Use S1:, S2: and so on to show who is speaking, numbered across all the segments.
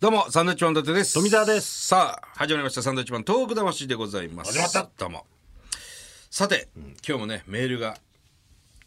S1: どうも、サンドウィッチマン伊達です。
S2: 富澤です。
S1: さあ、始まりました。サンドウィッチマントーク魂でございます。
S2: 始まった
S1: どうも。さて、今日もね、メールが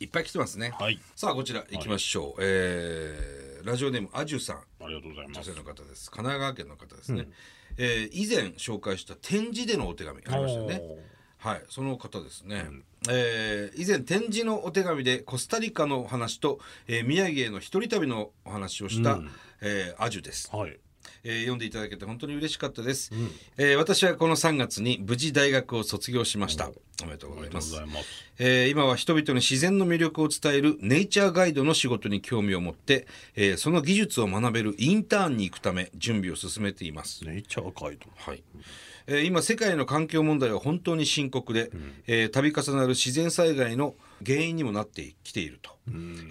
S1: いっぱい来てますね。
S2: はい
S1: さあ、こちら行きましょう。えーラジオネーム、アジュさん。
S2: ありがとうございま
S1: 女
S2: す。
S1: 性の方です。神奈川県の方ですね。えー以前紹介した展示でのお手紙ありましたよね
S2: おー。
S1: はい、その方ですね、えー以前展示のお手紙でコスタリカのお話と、えー宮城への一人旅のお話をした、えーアジュです、
S2: はい。
S1: えー読んでいただけて本当に嬉しかったです、えー私はこの3月に無事大学を卒業しましたおめでとうございま
S2: ありがとう
S1: す
S2: ございます。
S1: えー今は人々に自然の魅力を伝えるネイチャーガイドの仕事に興味を持って、えーその技術を学べるインターンに行くため準備を進めています
S2: ネイチャーガイド。
S1: はいえー今世界の環境問題は本当に深刻で、えー度重なる自然災害の原因にもなってきていると、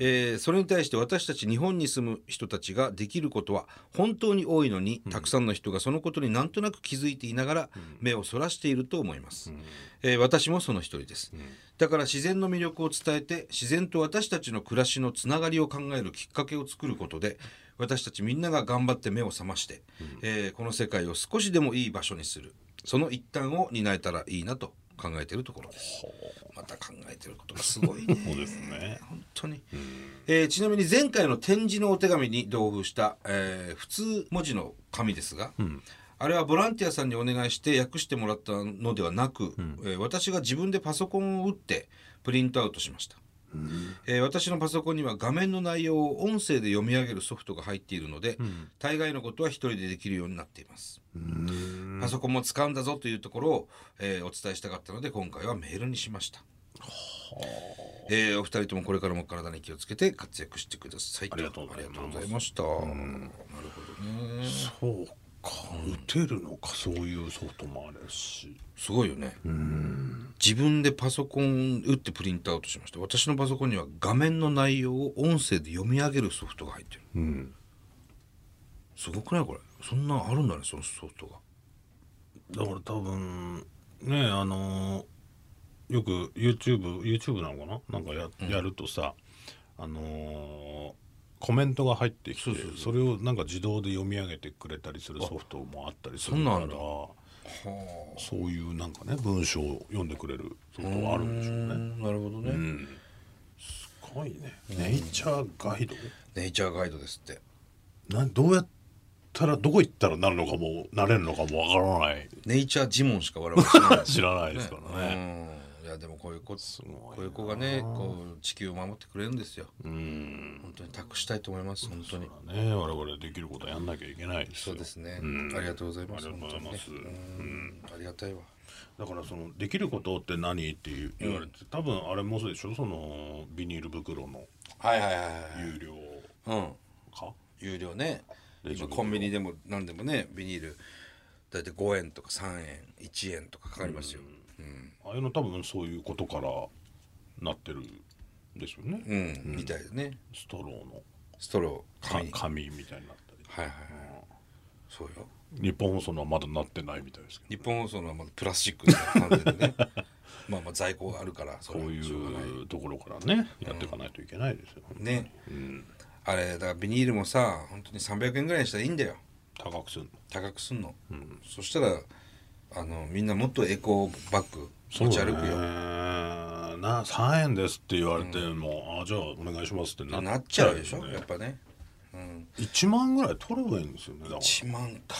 S1: えーそれに対して私たち日本に住む人たちができることは本当に多いのに、たくさんの人がそのことになんとなく気づいていながら目をそらしていると思います、えー私もその一人です、だから自然の魅力を伝えて自然と私たちの暮らしのつながりを考えるきっかけを作ることで私たちみんなが頑張って目を覚まして、えーこの世界を少しでもいい場所にするその一端を担えたらいいなと考えているところですまた考えてることがすごいね
S2: そうですね。
S1: 本当に、えーちなみに前回の展示のお手紙に同封した、えー普通文字の紙ですが、あれはボランティアさんにお願いして訳してもらったのではなく、えー私が自分でパソコンを打ってプリントアウトしました、えー私のパソコンには画面の内容を音声で読み上げるソフトが入っているので、大概のことは一人でできるようになっていますパソコンも使うんだぞというところを、えーお伝えしたかったので今回はメールにしましたえーお二人ともこれからも体に気をつけて活躍してください
S2: ありがとうご
S1: あ
S2: ざいます
S1: りがとうございましたなるほどね
S2: そうか。打てるのか、そういうソフトもあるし。
S1: すごいよね自分でパソコン打ってプリントアウトしました私のパソコンには画面の内容を音声で読み上げるソフトが入ってる、すごくないこれそんなんあるんだねそのソフトが
S2: だから多分、ね、あのーよく YouTube、YouTube なのかななんかや,、やるとさ、あのーコメントが入ってきてそれをなんか自動で読み上げてくれたりするソフトもあったりするから
S1: そんなん
S2: そういうなんかね文章を読んでくれるソフトはあるんでしょうね。
S1: なるほどね、
S2: すごいね。ネイチャーガイド。
S1: ネイチャーガイドですって
S2: などうやったらどこ行ったらなるのかもなれるのかもわからない。
S1: ネイチャージモンしか我々知らない
S2: 知らないですからね。
S1: うんいやでもこういう子
S2: ごいな
S1: こういう子がねこう地球を守ってくれるんですよ。本当に託したいと思います本当に。
S2: ね我々できることはやんなきゃいけないです
S1: そ
S2: よ
S1: うですね。ありがとうございます。
S2: ありがとうございます
S1: 本当にねうんありがたいわ。
S2: だからそのできることって何っていう言われて、多分あれもそうでしょそのビニール袋の
S1: はいはいは
S2: 有
S1: い。
S2: 料
S1: うん。
S2: 化、
S1: 有料ね。今コンビニでも何でもねビニールだいたい5円とか3円1円とかかかりますよ。
S2: ああいうの多分そういうことからなってるんですよね、
S1: うん、みたいでね。
S2: ストローの
S1: ストロー
S2: か
S1: 紙に。はい
S2: 紙みたいになっ
S1: は
S2: たり
S1: いはい。そうよ。
S2: 日本放送のはまだなってないみたいですけ
S1: 日
S2: ど
S1: 本放送のはまだプラスチックの完全に ね。まあまあ在庫があるからそれ
S2: こ
S1: は
S2: うい
S1: しょがな
S2: うところからね、やっていかないといけないですよ。
S1: ね、あれだからビニールもさ本当に300円ぐらいにしたらいいんだよ
S2: 高くするの。
S1: 高くすんの、そしたらあのみんなもっとエコバッグ持ち歩くよ、
S2: よ。な3円ですって言われても、あじゃあお願いしますっ
S1: な
S2: て
S1: っちゃうでしょ、
S2: ね
S1: やっぱね
S2: 1万ぐらい取ればいいんですよねだから
S1: 1万か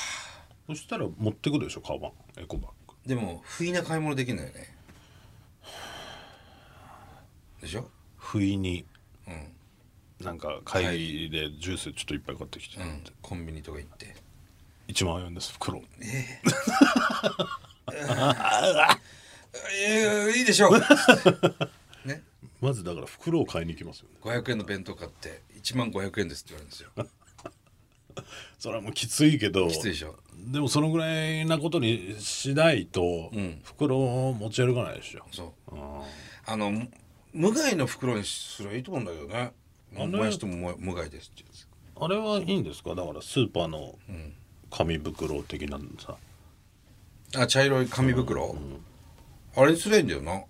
S2: そしたら持ってくるでしょカバンエコバッグ
S1: でも不意な買い物できないよねでしょ
S2: 不意に
S1: うん、
S2: なんか会議でジュースちょっといっぱい買ってきて、
S1: うん、コンビニとか行って
S2: 1万円です袋
S1: えー、いいでしょ ね
S2: まずだから袋を買いに行きますよね
S1: 500円の弁当買って1万500円ですって言われるんですよ
S2: それはもうきついけど
S1: きついでしょ
S2: でもそのぐらいなことにしないと、袋を持ち歩かないでしょ
S1: そうあのむ無害の袋にすればいいと思うんだけどねももやしともも無害ですってやつ
S2: あれはいいんですかだからスーパーの紙袋的なのさ、
S1: あ茶色い紙袋、あれにすればいいんだよな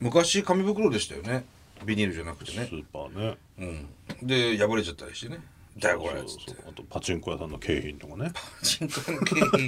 S1: 昔紙袋でしたよねビニールじゃなくてね
S2: ス、ーパーね
S1: うん、で破れちゃったりしてねだよこれ
S2: そうそうそうあとパチンコ屋さんの景品とかね
S1: 人工の経費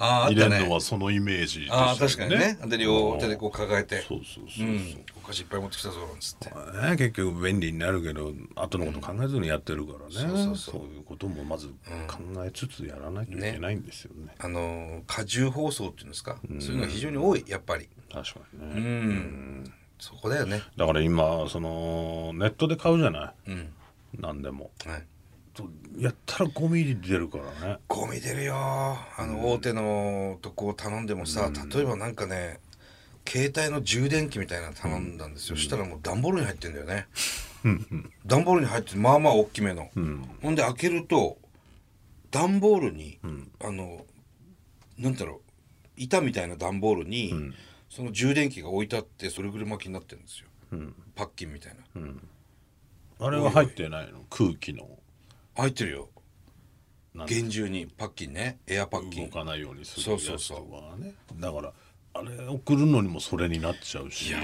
S1: あああっ
S2: 入
S1: た
S2: れ
S1: ね
S2: るのはそのイメージでしたよ
S1: ああ確かにねで両手でこう抱えて
S2: そうそうそ
S1: う
S2: うそう、
S1: んお菓子いっぱい持ってきたぞなんつって
S2: ね、結局便利になるけど後のこと考えずにやってるからね、
S1: うんそ
S2: そうう
S1: そうそう
S2: いうこともまず考えつつやらないといけないんですよね
S1: あのー荷重放送っていうんですかそういうのが非常に多いやっぱり
S2: 確かにね、
S1: うんそこだよね
S2: だから今そのネットで買うじゃない
S1: うん
S2: 何でも
S1: はい
S2: とやったらゴミ入り出るからね
S1: ゴミ出るよあの大手のとこ頼んでもさ例えばなんかね携帯の充電器みたいなの頼んだんですよ、したらもう段ボールに入ってんだよね段ボールに入ってまあまあ大きめの、ほんで開けると段ボールに、あのなんだろう板みたいな段ボールに、その充電器が置いてあってそれぐらい巻きになってるんですよ、パッキンみたいな、
S2: あれは入ってないの空気の
S1: 入ってるよ
S2: なんか
S1: 厳重にパッキンねエアパッキ
S2: 動
S1: ン
S2: かないようにする
S1: そ
S2: や
S1: うそう
S2: つ
S1: そ
S2: と
S1: う
S2: かねだからあれ送るのにもそれになっちゃうし
S1: いや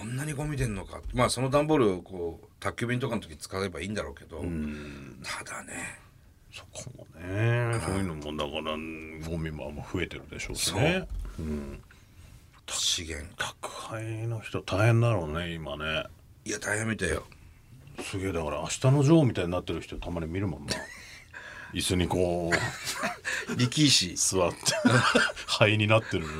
S1: こんなにゴミ出んのかまあその段ボールをこう宅急便とかの時使えばいいんだろうけど、ただね
S2: そこもねそういうのもだからゴミもあんま増えてるでしょうしね
S1: 資源
S2: 宅配の人大変だろうね今ね
S1: いや大変みたいよ
S2: すげえだから明日の女王みたいになってる人たまに見るも んな椅子にこう
S1: 力石
S2: 座って灰になってるような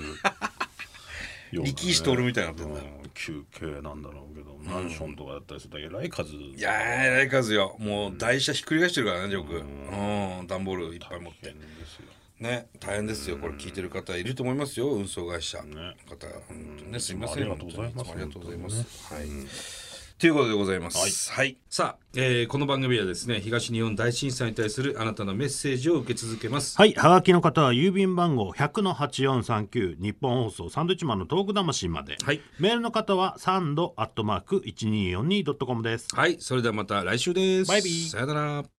S2: ね
S1: 力士徹みたいになってんだ
S2: うん休憩なんだろうけどマンションとかだったりするだけどえらい数
S1: いやー偉い数よもう台車ひっくり返してるからねジョークうん段ボールいっぱい持って
S2: 変ですよ
S1: ね大変ですよこれ聞いてる方いると思いますよ運送会社の
S2: ね
S1: 方本当にねすいません
S2: いつもありがとうござい
S1: 本当につ
S2: ます
S1: もありがとうございますはいということでございます。はい。さあ、えーこの番組はですね、東日本大震災に対するあなたのメッセージを受け続けます。
S3: はい、はがきの方は郵便番号100-8439日本放送サンドイッチマンのトーク魂まで、
S1: はい
S3: メールの方はサンドアットマーク 1242.com です
S1: はい、それではまた来週です。
S3: バイビー
S1: さよなら。